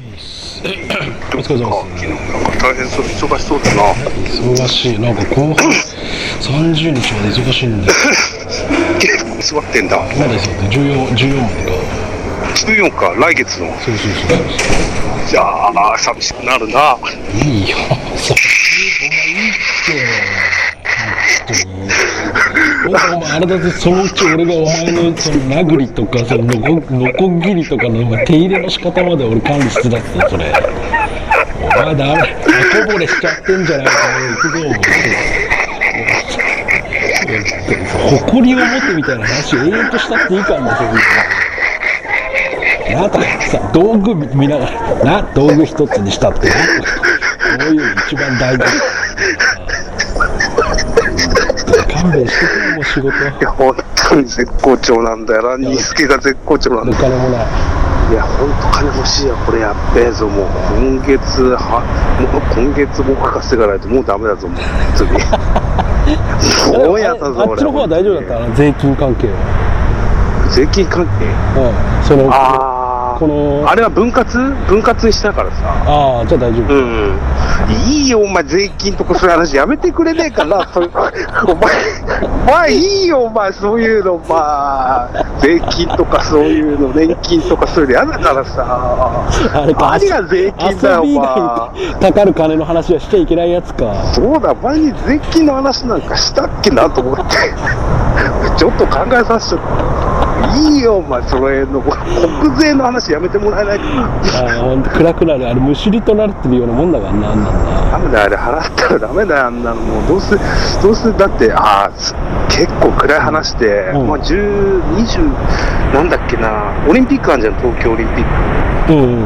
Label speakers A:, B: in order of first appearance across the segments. A: 。お疲れ様
B: 昨日なんか大変そう忙しそうだな
A: です。忙しい。なんか後半30日まで忙しいんで、
B: 結構座ってんだ
A: まだそうって14、14までか。
B: 14日来月の
A: そうそうそうそ
B: じゃあ寂しくなるな
A: う。いいよ。そうお前いいって。本当に。お前あれだって、そのうち俺がお前のその殴りとか、そののこのこぎりとかのお前手入れの仕方まで俺管理してたって、それ。お前ダメ。あこぼれしちゃってんじゃないか。俺行くぞ。誇りを持ってみたいな話永遠としたっていいからな、そこなたさ、道具見ながら、な、道具一つにしたって、こういうの一番大事だから勘弁してくれ、もう仕事。
B: いや本当に絶好調なんだよなニスケが絶好調なん
A: お
B: だ
A: 金もない。
B: いや本当金欲しいやこれやっべえぞもう今月はもう今月も稼がないともうダメだぞもう本 当にもうやったぞ
A: あっちの方は大丈夫だったあの税金関係は。
B: た税金関係
A: うん。その、あ
B: ああ
A: この
B: あれは分割分割にしたからさ
A: あー、じゃあ大丈夫。
B: うん、いいよ、お前、税金とかそういう話やめてくれねえか な、そういうお前、お前、いいよ、お前、そういうの、まあ、税金とかそういうの、年金とかそういうの、やだからさ、
A: あれか、
B: 何が税金だよ、
A: 遊び以
B: お前。
A: 外にかかる金の話はしちゃいけないやつか。
B: そうだ、前に税金の話なんかしたっけなと思って、ちょっと考えさせちゃった。いいよ、お前、それの、国税の話やめてもらえないかな。
A: あーほんと暗くなる。あれ、むしりとなってるようなもんだからな、あんなんな。
B: ダメだよあれ払ったらダメだよあんなのもうどうせどうせだってああす結構暗い話で、
A: うん
B: まあ10、20なんだっけなオリンピックあんじゃん東京オリンピック
A: うんうんうん。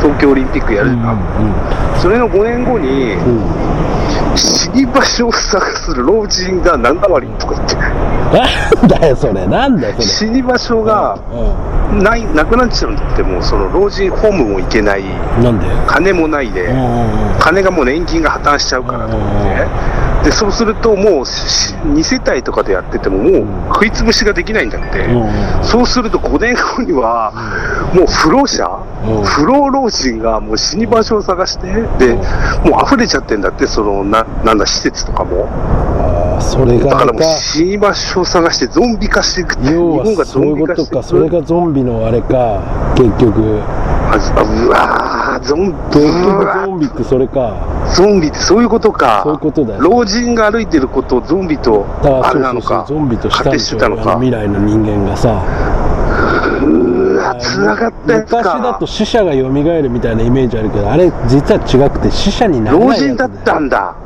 B: 東京オリンピックやるじゃん、それの5年後に
A: うんうんうん。
B: 死に場所を探す老人が何割とか言って
A: なんだよそれなんだよそ
B: 死に場所が
A: れ、う
B: ないなくなっちゃうんだってもうその老人ホームも行けない
A: ん、なんでう
B: 金もないで、
A: んうんうん
B: 金がもう年金が破綻しちゃうからと思って、でそうするともうし2世帯とかでやっててももう食いつぶしができないんだって、
A: うんうん
B: そうすると5年後にはもう不老者、
A: うん
B: 不老老人がもう死に場所を探してでもう溢れちゃってんだってそのななんだ施設とかも
A: あーそれ
B: だ
A: が
B: からもう死に場所を探してゾンビ化していくって日
A: 要
B: 本
A: は
B: がゾ
A: そう
B: ン
A: い
B: ビ
A: うこ
B: 化
A: と
B: してい
A: か
B: く
A: それがゾンビのあれか結局
B: あずあうわーゾンビ
A: 結
B: う
A: 局
B: わ
A: ゾ
B: ー
A: ンビってそれか
B: ゾンビってそういうことか
A: そういうことだよ
B: 老人が歩いてることをゾンビと
A: だから
B: あ
A: そ
B: れ
A: う
B: な
A: そ
B: の
A: うそ
B: か
A: うゾンビとした
B: 仮
A: ん
B: 定
A: で
B: し
A: してょ
B: たの
A: あの
B: か
A: 未来の人間がさ
B: うわつながったやつ
A: 昔だ
B: か
A: と死者が蘇るみたいなイメージあるけどあれ実は違くて死者にならない
B: 老
A: やつ
B: 人だったんだ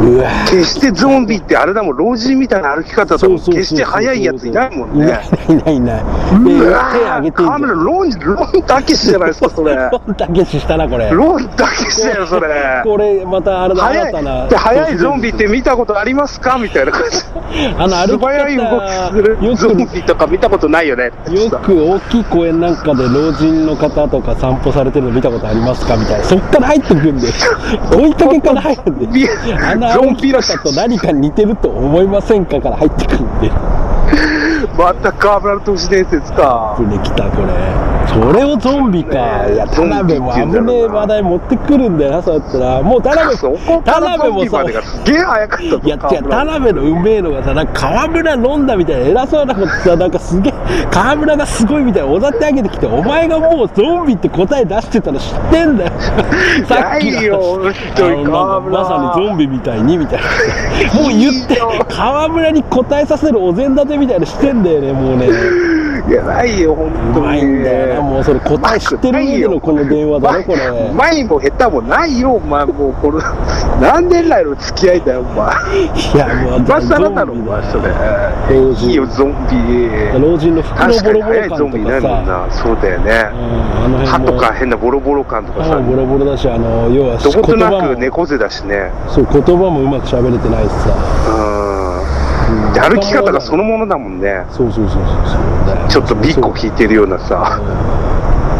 A: うわ
B: 決してゾンビってあれだもん老人みたいな歩き方だと
A: そうそうそうそう
B: 決して速いやついないもん
A: い
B: ね
A: ないいないいないうで
B: わ
A: 手挙げてんじゃ
B: カ
A: ん
B: メラロンロンたけしじゃないですかそ れ
A: ロンたけししたなこれ
B: ロンたけしだよそれ
A: これまたあれだ
B: 速
A: 新たない
B: で速いゾンビって見たことありますかみたいな感じ
A: あの歩
B: 素
A: き方
B: 早い動きするゾンビとか見たことないよね
A: よくよく大きい公園なんかで老人の方とか散歩されてるの見たことありますかみたいなそっから入ってくんで 追いかけから入るん
B: ビ
A: であの
B: ゾ
A: 歩
B: ンビ
A: き
B: の
A: 方と何か似てると思いませんかから入ってくんで
B: また河村都市伝説か
A: 船来たこれそれをゾンビかいや田辺も危ねえ話題持ってくるんだよなそうやったらもう田辺
B: そこか
A: 田
B: ら
A: 辺
B: ゾン
A: も
B: ビま
A: さ
B: でがすげえ早かったぞ
A: いや違う
B: 河村
A: 田辺のうめえのがさなんか河村飲んだみたいな偉そうなことさなんかすげえ河村がすごいみたいなおだってあげてきてお前がもうゾンビって答え出してたの知ってん だよさっきの
B: な
A: 話
B: いよ本当に
A: あのな
B: 河
A: んか
B: 村
A: まさにゾンビみたいにみたいなもう言って
B: いいよ
A: 河村に答えさせるお膳立てみたいなしてんだよねもうね
B: いやないよ本
A: う
B: 当
A: ま
B: に
A: いんだよなもうそれ答え知ってる上でのこの電話だねこれ
B: うまいも下手もないよお前もうこれ 何年来の付き合いだよお前
A: いやもう
B: 今更だろお
A: ゾンビ
B: 前
A: だ
B: それ
A: 老
B: いいよ
A: 人
B: ゾンビ
A: 老人の服
B: 確
A: の
B: か
A: ボ
B: に
A: ロボ
B: 早
A: ロ
B: いゾ
A: 感
B: ンビい
A: と
B: ない
A: か
B: もん
A: さ
B: なそうだよ
A: うん
B: ね
A: あの
B: 歯
A: 辺
B: と
A: も
B: か変なボロボロ感とか
A: 歯
B: さ
A: もボロボロだし、あの要は
B: どことな
A: も
B: く猫背だしね
A: そう言葉もうまく喋れてないし
B: う
A: さ、
B: ん
A: うん
B: で歩き方がそのものだもんね
A: そうそうそうそうそうだよ
B: ちょっとビッコ
A: そう
B: 引いてるようなさ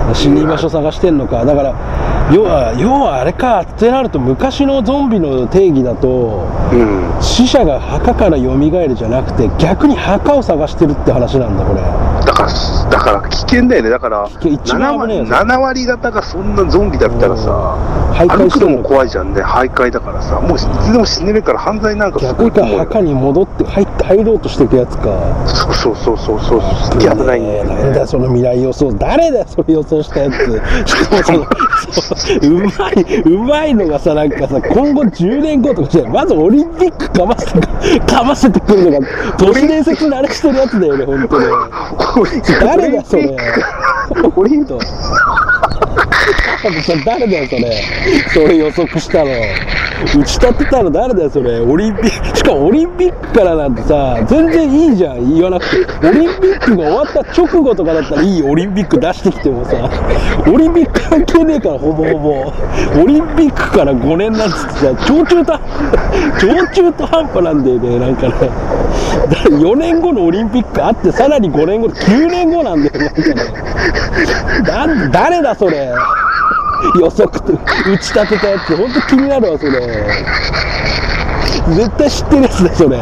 A: そう死に場所探してんのかだから要は要はあれかってなると昔のゾンビの定義だと
B: うん
A: 死者が墓から蘇るじゃなくて逆に墓を探してるって話なんだこれ
B: だからだから危険だよね。だから、
A: いや一番危ないよね
B: 7割方がそんなゾンビだったらさ、
A: 徘徊
B: 歩
A: し
B: く
A: て
B: の
A: る
B: も怖いじゃんね。徘徊だからさ、もういつでも死ねるから犯罪なんかすご
A: 逆
B: い
A: か
B: と思うよ。
A: 墓に戻って入って入ろうとしていくやつか
B: そうそうそうそうそう、すっげえ危ないんだよ
A: なんだよ
B: ね。
A: その未来予想誰だよそれ予想したやつしかもそのそううまいうまいのがさなんかさ今後10年後とかじゃまずオリンピックかませてかませてくるのが都市伝説慣れしてるやつだよね本当に誰だそれ
B: オリンピック
A: と。それ誰だよ、それ。それ予測したの。打ち立てたの誰だよ、それ。オリンピック、しかもオリンピックからなんてさ、全然いいじゃん、言わなくて。オリンピックが終わった直後とかだったらいいオリンピック出してきてもさ、オリンピック関係ねえから、ほぼほぼ。オリンピックから5年なんつってさ、超中途半端、超中途半端なんだよね、なんかね。だ4年後のオリンピックあって、さらに5年後、9年後なんだよ、なんかね。なん誰だそれ予測と打ち立てたやつ本当気になるわそれ絶対知ってるやつだそれ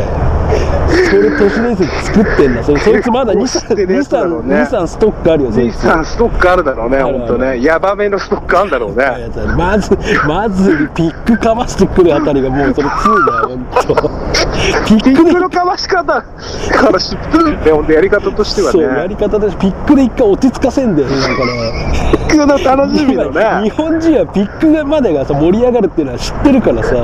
A: それ都市伝説作ってんだそれそいつ まだ2
B: 知ってるやつだろうね
A: 三ストックあるよそい
B: 兄
A: つ
B: さんストックあるだろうね、
A: あるある
B: 本当ね。ヤバめのストックあるんだろうね。
A: まず、まず、ピックかましてくるあたりがもうそれ2だよ、ほん と。ピッ
B: ピ
A: ク
B: ッ
A: で
B: クのかわし方から知ってるんだよ、ほんとやり方としては
A: そう、や
B: ね。
A: り方で、ピックで一回落ち着かせんだよね、なんかね。
B: ピックの楽しみの
A: 日
B: ね。
A: 本人はピックまでがさ盛り上がるっていうのは知ってるからさ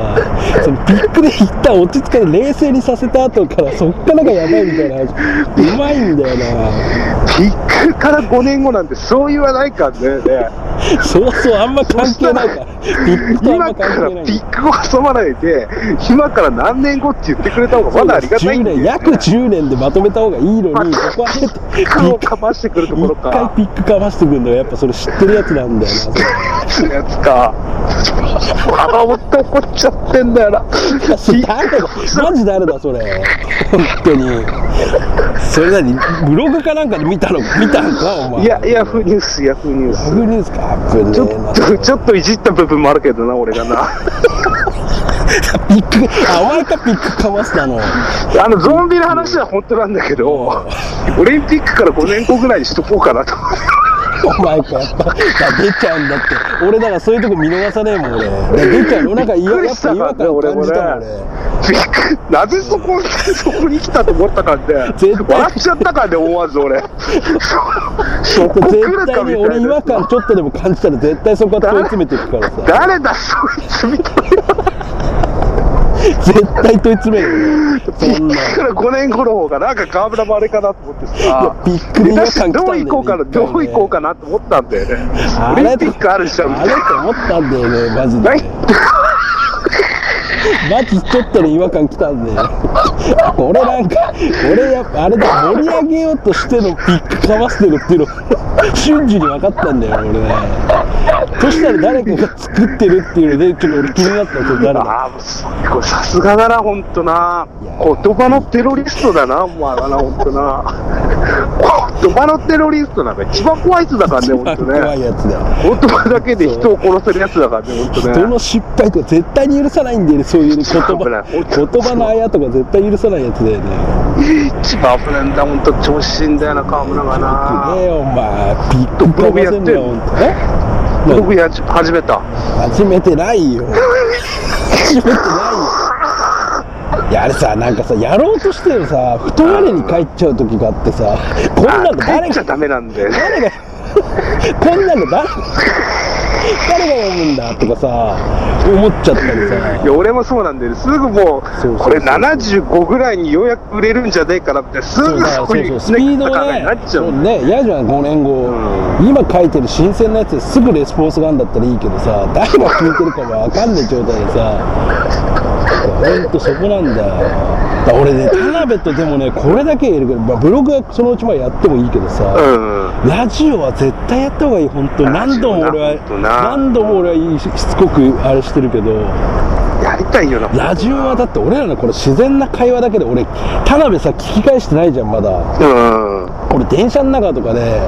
A: そのピックで一旦落ち着かない冷静にさせた後からそっからがやばいみたいなうまいんだよな
B: ピックから5年後なんてそう言わないからね。ね
A: そうそうあんま関係ないからピックとあん
B: 今
A: ま
B: か
A: 関係な
B: ら
A: い
B: ピックを挟まないで、今から何年後って言ってくれた方がまだありがたいんだよ、
A: 10年
B: ね。
A: 約10年でまとめた方がいいのに、こ
B: まあ
A: こはあえて
B: ピックをかましてくるところ
A: 一回
B: か。
A: ピックかましてくるのがやっぱそれ知ってるやつなんだよなそれ
B: やつか。あら、本当怒っちゃってんだよな。
A: いやそれ誰だ マジ誰だそれ本当にそれ何ブログかなんかで見たの見たのかお前
B: いや、ヤフーニュース、ヤフーニュース。
A: グニュースか危ね
B: ちょ
A: えな
B: っと、ちょっといじった部分もあるけどな、俺がな。
A: ピックあお前かピックかましたの
B: あの、ゾンビの話は本当なんだけど、オリンピックから5年後ぐらいにしとこうかなと。
A: お前かやっぱだ出ちゃうんだって俺だからそういうとこ見逃さねえもん俺だから出ちゃうのなんか違
B: びっく
A: 和
B: り
A: やっ
B: した
A: ぱ違
B: から
A: 和
B: ね
A: 感を
B: 俺
A: 感
B: も
A: じ
B: ね
A: たもん俺
B: びっくりなぜそこ、そこに来たと思ったからね。
A: 絶対
B: 笑っちゃったからね、思わず俺。そこ来
A: 絶
B: るか
A: 対に
B: みた
A: 俺
B: い
A: 違
B: な
A: 和。感ちょっとでも感じたら絶対そこは問い詰めていくからさ
B: 誰だ、そいつみたいな。
A: 絶対問い詰めるよね
B: ピ
A: そん
B: ッ
A: な
B: クから5年後の方が、なんか河村もあれかなと思ってさ
A: や。ピックに違和感来たんだよね
B: どう行こうか
A: 一
B: な、
A: 回ね
B: どう行こうかなと思ったんだよね。
A: あ
B: オ
A: れ
B: リンピックあるじゃん、み
A: あ
B: たい
A: れ
B: な
A: って思ったんだよねマジで
B: ない
A: マジちょっとね違和感きたんで俺なんか俺やっぱあれだ盛り上げようとしてのピックかましてるっていうの瞬時に分かったんだよ俺ねそしたら誰かが作ってるっていうのでちょっと俺気になったそれ誰だ
B: ああ、もうすごい、さすがだな、ほんとな。言葉のテロリストだな、お前はな、ほんとな。言葉のテロリストなんか一番怖いやつだからね、ほんと
A: 怖い
B: ね。
A: やつだよ
B: 言葉だけで人を殺せるやつだからね、ほんと
A: 人
B: ね。
A: の失敗とか絶対に許さないんだよねそういうね言
B: 危な
A: 葉
B: い
A: 言葉のあやとか絶対許さないやつだよね
B: 一番危ないんだ、ほんと、調子いいんだよな、河村が
A: ね
B: な。
A: えお前ピックかませんなよ
B: ブログ
A: 本当ね
B: 僕やっち始めた。
A: 始めてない よ始めてないよいやあれさなんかさやろうとしてるさ太我に帰っちゃう時があってさこんな
B: あ
A: の
B: 帰
A: 誰
B: っちゃ
A: が
B: ダメなんだよね。
A: 誰がこんなの誰が誰が読むんだとかさ思っちゃったり
B: い
A: さ
B: や俺もそうなんだよね、すぐも
A: そうそう
B: う、これ75ぐらいにようやく売れるんじゃねえかなって、す
A: そう
B: ぐ
A: だから
B: そう
A: そう
B: い
A: そううスピード
B: 考
A: が
B: えにな
A: ね
B: っちゃ
A: そうう。ね嫌じゃん5年後今書いてる新鮮なやつですぐレスポンスがあるんだったらいいけどさ誰が聞いてるかも分かんない状態でさほんとそこなんだよだから俺ね田辺とでもねこれだけ言えるけど、まあ、ブログはそのうちまあやってもいいけどさ、
B: うん。
A: ラジオは絶対やった方がいい本当
B: ラ
A: 何
B: ジ
A: 度
B: オ
A: も
B: な
A: 俺は
B: 本当な
A: 何度も俺はしつこくあれしてるけど
B: やりたいよな。
A: ラジオはだって俺らのこの自然な会話だけで俺田辺さ聞き返してないじゃんまだ
B: うん。うん。
A: 俺電車の中とかで、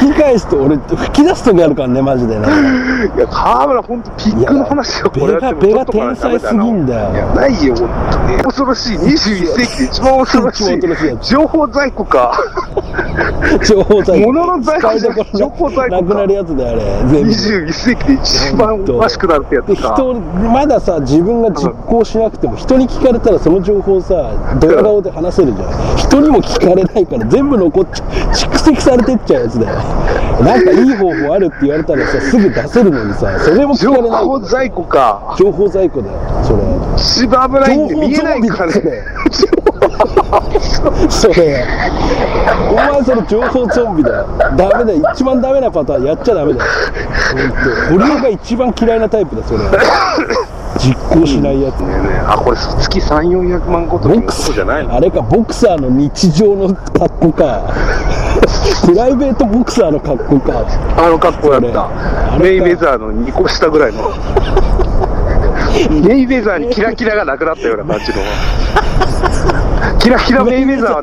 A: 聞き返すと俺吹き出す時あるからねマジでね
B: いや、河村、ほんと、ピ
A: い
B: ッ
A: や
B: クの話をこれやっても
A: ベ
B: ちょ
A: ガ
B: っとかな
A: ベガ天才すぎんだよ
B: いや、ないよ、ほんとに。恐ろしい。21世紀で一番恐ろし
A: 一番恐ろしいや
B: い。情報在庫か。
A: 情報在庫。
B: 物の在庫じゃなくて情報在庫か
A: なくなるやつだよ、あれ。全部。
B: 21世紀で一番おかしくなるってや
A: で
B: つか。
A: 人まださ自分が実行しなくても人に聞かれたらその情報さドヤ顔で話せるじゃん人にも聞かれないから全部残っちゃ蓄積されてっちゃうやつだよなんかいい方法あるって言われたらさすぐ出せるのにさそれも聞
B: 情
A: かれない
B: 報在庫か。
A: 情報在庫だよそれ
B: 一番危ないんで見えないから
A: 情報ゾンビ
B: ね
A: だ。 それお前その情報ゾンビだよダメだよ一番ダメなパターンやっちゃダメだよ本当俺が一番嫌いなタイプだそれ実行しないやつ、
B: ねえねえあ、これ月3、400万ごとき
A: ボ
B: の
A: ク
B: こ
A: サ
B: とじゃない
A: ー
B: の
A: あれかボクサーの日常の格好かプライベートボクサーの格好か
B: あの格好やっ
A: あ
B: た。
A: れ
B: メイウェザーの2個下ぐらい の。メイウェザーにキラキラがなくなったような感じの。キラキラメイウェザーは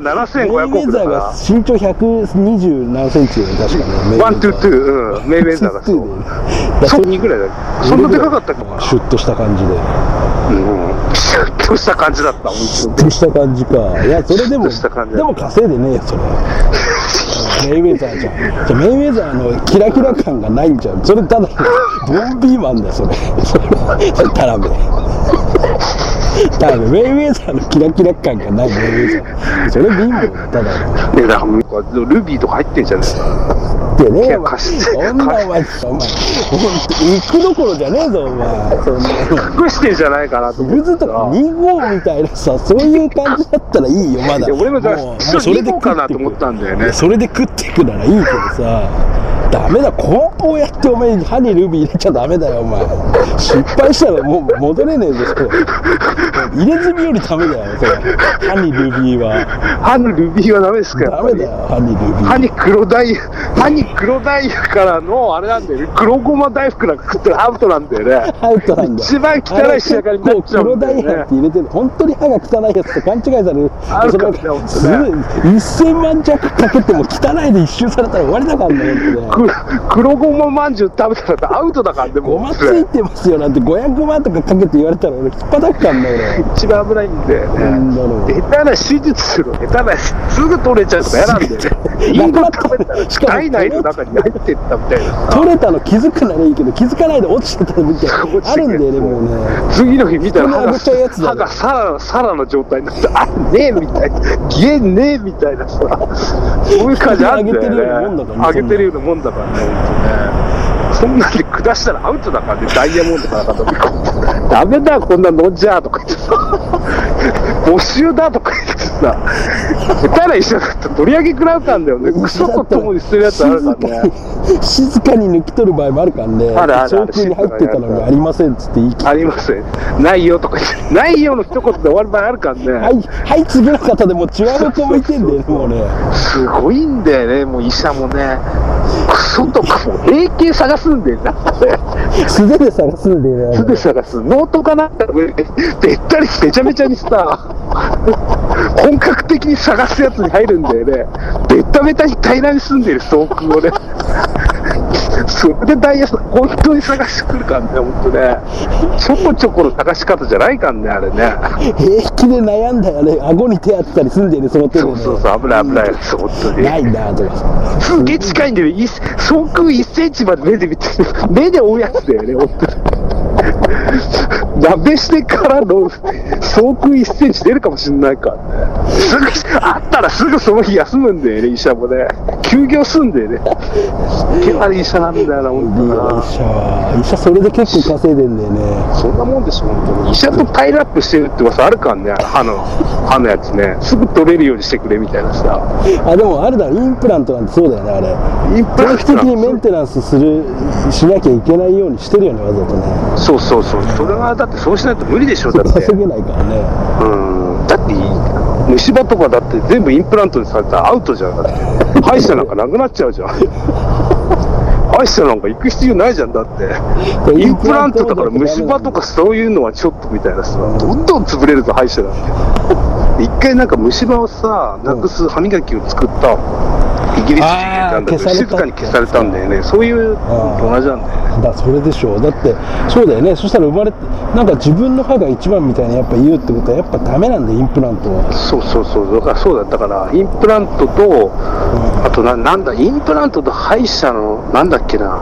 A: メイ
B: 7500
A: ウェ
B: 億
A: ザー
B: だか
A: が身長120何センチよね確かねメイウェ
B: ら。
A: ザ
B: ワン、ツー、ツー、うん、メイウェザーがそう。そんなぐらいだよそんなでかかったかもな。
A: シュッとした感じで
B: うん。シュッとした感じだった、本
A: シ
B: 当
A: ュ
B: に
A: ッとした感じかいやそれでも
B: シュッとした感じ
A: でも稼いでねえよそれメイウェザーじゃんじゃあメイウェザーのキラキラ感がないんじゃんそれただのボンビーマンだよそれそれそれタラベタラベメイウェザーのキラキラ感がないメイウェザーそれ貧乏だよただの
B: ねえ、だからこうルビーとか入ってんじゃないですか。
A: ってねえ
B: や
A: お前
B: 貸し
A: そんなお前お前ほんと行くどころじゃねえぞお前そんな
B: 隠してんじゃないかなと思
A: グズとか2号みたいなさそういう感じだったらいいよまだ
B: いや俺もだから一緒に行こうかなと思
A: 食
B: ってたんだよ
A: い
B: ね
A: や。それで食っていくならいいけどさダメだ梱包やってお前歯にルビー入れちゃダメだよお前失敗したらもう戻れねえぞ それ入れ墨よりダメだよそれ歯にルビーは
B: 歯のルビーはダメですか
A: ダ
B: ら
A: メ。だよ歯にルビー
B: 歯に黒ダイヤ、歯に黒ダイヤからの、あれなんだよね。黒ごま大福なんか食ったらアウトなんだよね。
A: アウトなんだよ
B: 一番汚い仕上がりになっちゃうんだよね
A: あれ結構黒ダイヤって入れてる本当に歯が汚いやつと勘違いされる
B: ある
A: そ
B: から
A: れ
B: ね本当ね
A: すごい1000万弱かけても汚いで一周されたら終わりだからね本当ね
B: く黒ごままんじゅう食べたらアウトだから、で
A: ご
B: も
A: まつ。いてますよなんて500万とかかけて言われたら俺引っ叩くからね
B: 一番危ないんだよ
A: 俺なんだ
B: ね。
A: ろう
B: 下手な手術するの下手なすぐ取れちゃうとか嫌なんだよ ね。インゴ食べたら体内の中に入ってったみたいな。
A: 取れたの気づくならいいけど気づかないで落ちてたみたいなあるんだよねもうね
B: 次の日見たら
A: 人
B: 歯
A: にあ
B: が
A: げちゃうやつだよ
B: 歯がサラサラの状態になってあねえみたいな消えねえみたいなさそういう感じあるんだよね
A: あ
B: あ
A: げ
B: げ
A: て
B: て
A: る
B: るようなもんだからね本当ねそんなんで下したらアウトだからねダイヤモンドかなんか飛び込んでダメだこんなのんじゃーとか言ってさ募集だとか言ってさ下手な医者だったら取り上げ食らうかんだよねクソと共に捨てるやつあるからね
A: 静かに抜き取る場合もあるからね
B: あるあるあ
A: 上
B: る
A: 空に入ってたのにありませんっつって言い切
B: ありますねないよとか言ってないよの一言で終わる場合あるからね、
A: はい、はい、次の方でもう違う方向いてんだよね、もうね。
B: すごいんだよね、もう医者もね。クソとかも平均探すんだよな。
A: 素手で探すんだよね。
B: すぐ探す。ノートかなんかの上で、べったりめちゃめちゃにさ、本格的に探すやつに入るんだよね。べったべたに平らに住んでる総空をね。それでダイヤさん、本当に探してくるかんね、本当ね。ちょこちょこの探し方じゃないかんね、あれね。
A: 平気で悩んだよね。顎に手当てたりすんだよね、その手で、
B: そ
A: ね。
B: うそうそう、危ない危ない、本当に。
A: ないなとか。
B: すげえ近いんだよ、い総空1センチまで目で見てる、目で追うやつだよね、本当に。鍋してからの総空1センチ出るかもしれないからね。すぐ、あったらすぐその日休むんだよね、医者もね。休業すんだよね。けなり医者なんだよな、本当
A: いいよ
B: な
A: 医。者は。医者それで結構稼いでんだよね。
B: そんなもんでしょ、本当に。医者とタイラップしてるって噂あるからね、歯の、歯のやつね。すぐ取れるようにしてくれみたいなさ。
A: あ、でもあれだ、インプラントなんてそうだよね、あれ。
B: 一
A: 定期的にメンテナンスする、しなきゃいけないようにしてるよね、わざとね。
B: そうそうそう。それはだってそうしないと無理でしょ、だって
A: 稼。げないからね。
B: うんだっていい虫歯とかだって全部インプラントにされたらアウトじゃんだって歯医者なんかなくなっちゃうじゃん 歯医者なんか行く必要ないじゃんだってインプラントだから虫歯とかそういうのはちょっとみたいなさどんどん潰れるぞ歯医者なんて一回なんか虫歯をさなくす歯磨きを作ったイギリス人入れたんだけど、
A: あー消された
B: 静かに消されたんだよね、そういうのと同じなんだよね。
A: だそれでしょうだってそうだよねそしたら生まれてなんか自分の歯が一番みたいにやっぱ言うってことはやっぱダメなんだよインプラントは
B: そうそうそう、だからそうだったから、インプラントと、あとな、なんだ、インプラントと歯医者の、なんだっけな、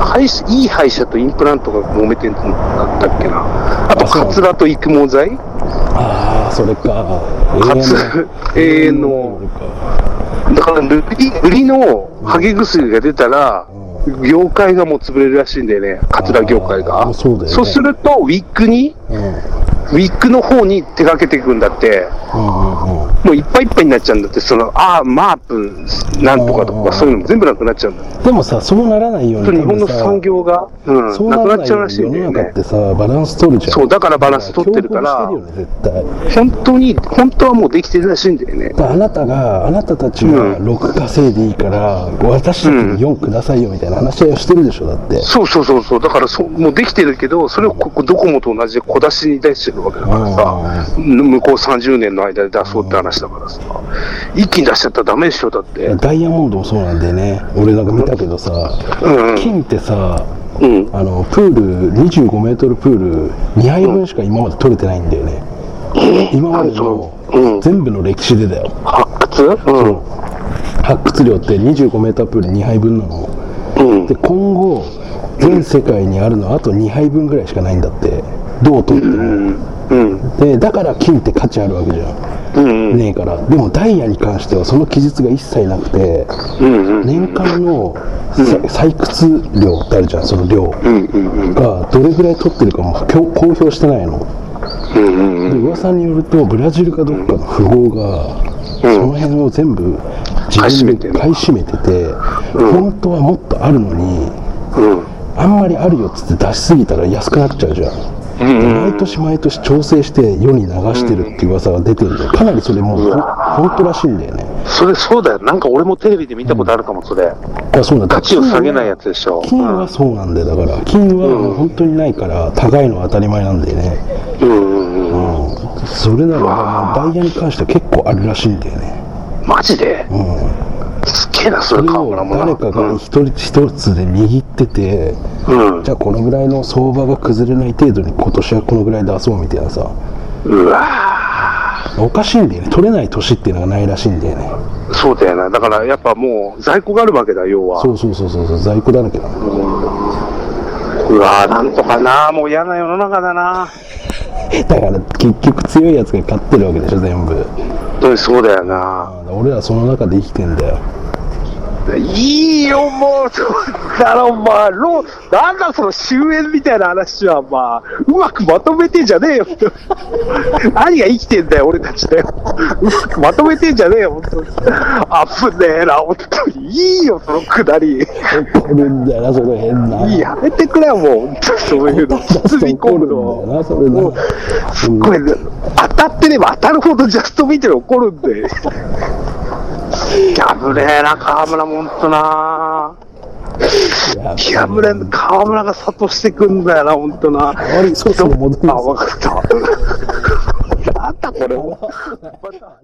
B: 歯医者いい歯医者とインプラントが揉めてんだったっけな、あと、
A: あそう
B: カツラと育毛剤、
A: ああそれか
B: カツ永遠
A: の
B: の、だから塗り、塗りのハゲ薬が出たら、業界がもう潰れるらしいんだよね、カツラ業界
A: あー
B: が。
A: そうだよね
B: すると、ウィッグに、
A: うんうん
B: ウィッグの方に手がけていくんだって。
A: うんうん
B: もういっぱいいっぱいになっちゃうんだって、その、ああ、マープ、なんとかと
A: あー
B: か、そういうのも全部なくなっちゃうんだ。
A: でもさそうならないよう
B: それ
A: に
B: 日本の産業が、うん、
A: そう
B: な
A: な
B: く
A: ら
B: な
A: な
B: っ
A: い
B: ちゃう
A: よう
B: らしいん
A: に
B: だ
A: 世
B: よ
A: の中っ
B: ね。
A: てさバランス取るじゃん
B: そう、だからバ
A: バ
B: ランス取ってるから、
A: してるよね絶対
B: 本当に、本当はもうできてるらしいんだよね。
A: あなたが、あなたたちは6稼いでいいから、私たちに4くださいよみたいな話し合いをしてるでしょ、だって。
B: そうそうそうそう、だからそう、もうできてるけど、それをここドコモと同じで小出しに出してるわけだからさ、向こう30年の間で出そうって話だからさ、一気に出しちゃったらダメでしょ、だって。
A: ダイヤモンドもそうなんだよね。俺なんか見たけどさ、
B: うんうん
A: 金ってさ、
B: うん。
A: あの、プール、25メートルプール2杯分しか今まで取れてないんだよね。今まで
B: う
A: の
B: ん
A: 全部の歴史でだよ。
B: 発掘うん。
A: 発掘量って25メートルプール2杯分なの。
B: うん。
A: で、今後、全世界にあるのはあと2杯分ぐらいしかないんだって。どう取っても。
B: うん。
A: で、だから金って価値あるわけじゃん。
B: うん。
A: ねえからでもダイヤに関してはその記述が一切なくて
B: うん。うん。
A: 年間のさ採掘量ってあるじゃんその量
B: うん。うん。
A: がどれぐらい取ってるかもきょ公表してないの
B: うん。うん。
A: で噂によるとブラジルかどっかの富豪がその辺を全部自分で買い占めてて本当はもっとあるのに
B: うん。
A: あんまりあるよっつって出しすぎたら安くなっちゃうじゃん
B: うんうん
A: 毎年毎年調整して世に流してるっていう噂が出てるんだよかなりそれもうほん本当らしいんだよね
B: それそうだよ。なんか俺もテレビで見たことあるかも、それ。
A: あそうなんだ
B: 価値を下げないやつでしょ。
A: 金はそうなんだよだから金はもう本当にないから高いのは当たり前なんだよね、
B: うんうんうん。
A: うん、それならダイヤに関しては結構あるらしいんだよね、
B: マジで
A: うん、
B: すっげえな、そ
A: そ
B: れ
A: れ
B: 買う
A: を
B: からもな。
A: 誰かが一人一つで握ってて
B: うん。
A: じゃあこのぐらいの相場が崩れない程度に今年はこのぐらい出そうみたいなさ
B: うわ
A: おかしいんだよね取れない年っていうのがないらしいんだよね
B: ぁそうだよな。だからやっぱもう在庫があるわけだ、要は。
A: そうそうそうそうそう在庫だらけだもん
B: うわぁ、なんとかなもう嫌な世の中だな
A: だから結局強いやつが勝ってるわけでしょ全部
B: 本当にそうだよな
A: あ俺らその中で生きてんだよ
B: いいよ、もう、そうだろ、お前、ロなんだ、その終焉みたいな話は、まあ、うまくまとめてんじゃねえよ、本当に何が生きてんだよ、俺たちだよ。うまくまとめてんじゃねえよ、本当に。あぶねえな、本当に。いいよ、そのくだり。
A: 怒るんだよなその変ない
B: いやめてくれよ、もう、本当にそういう の。
A: 出すと
B: 包み込
A: 怒る
B: む
A: んだよ
B: の。
A: な、それな。うん
B: これ、当たってれば当たるほどジャスト見てる怒るんで。 やぶねえな、河村、ほんとな。いや、むれん、河村が諭してくんだよな、ほんとな。
A: りそろそろ戻ります
B: あ、わかった。なんだこれ。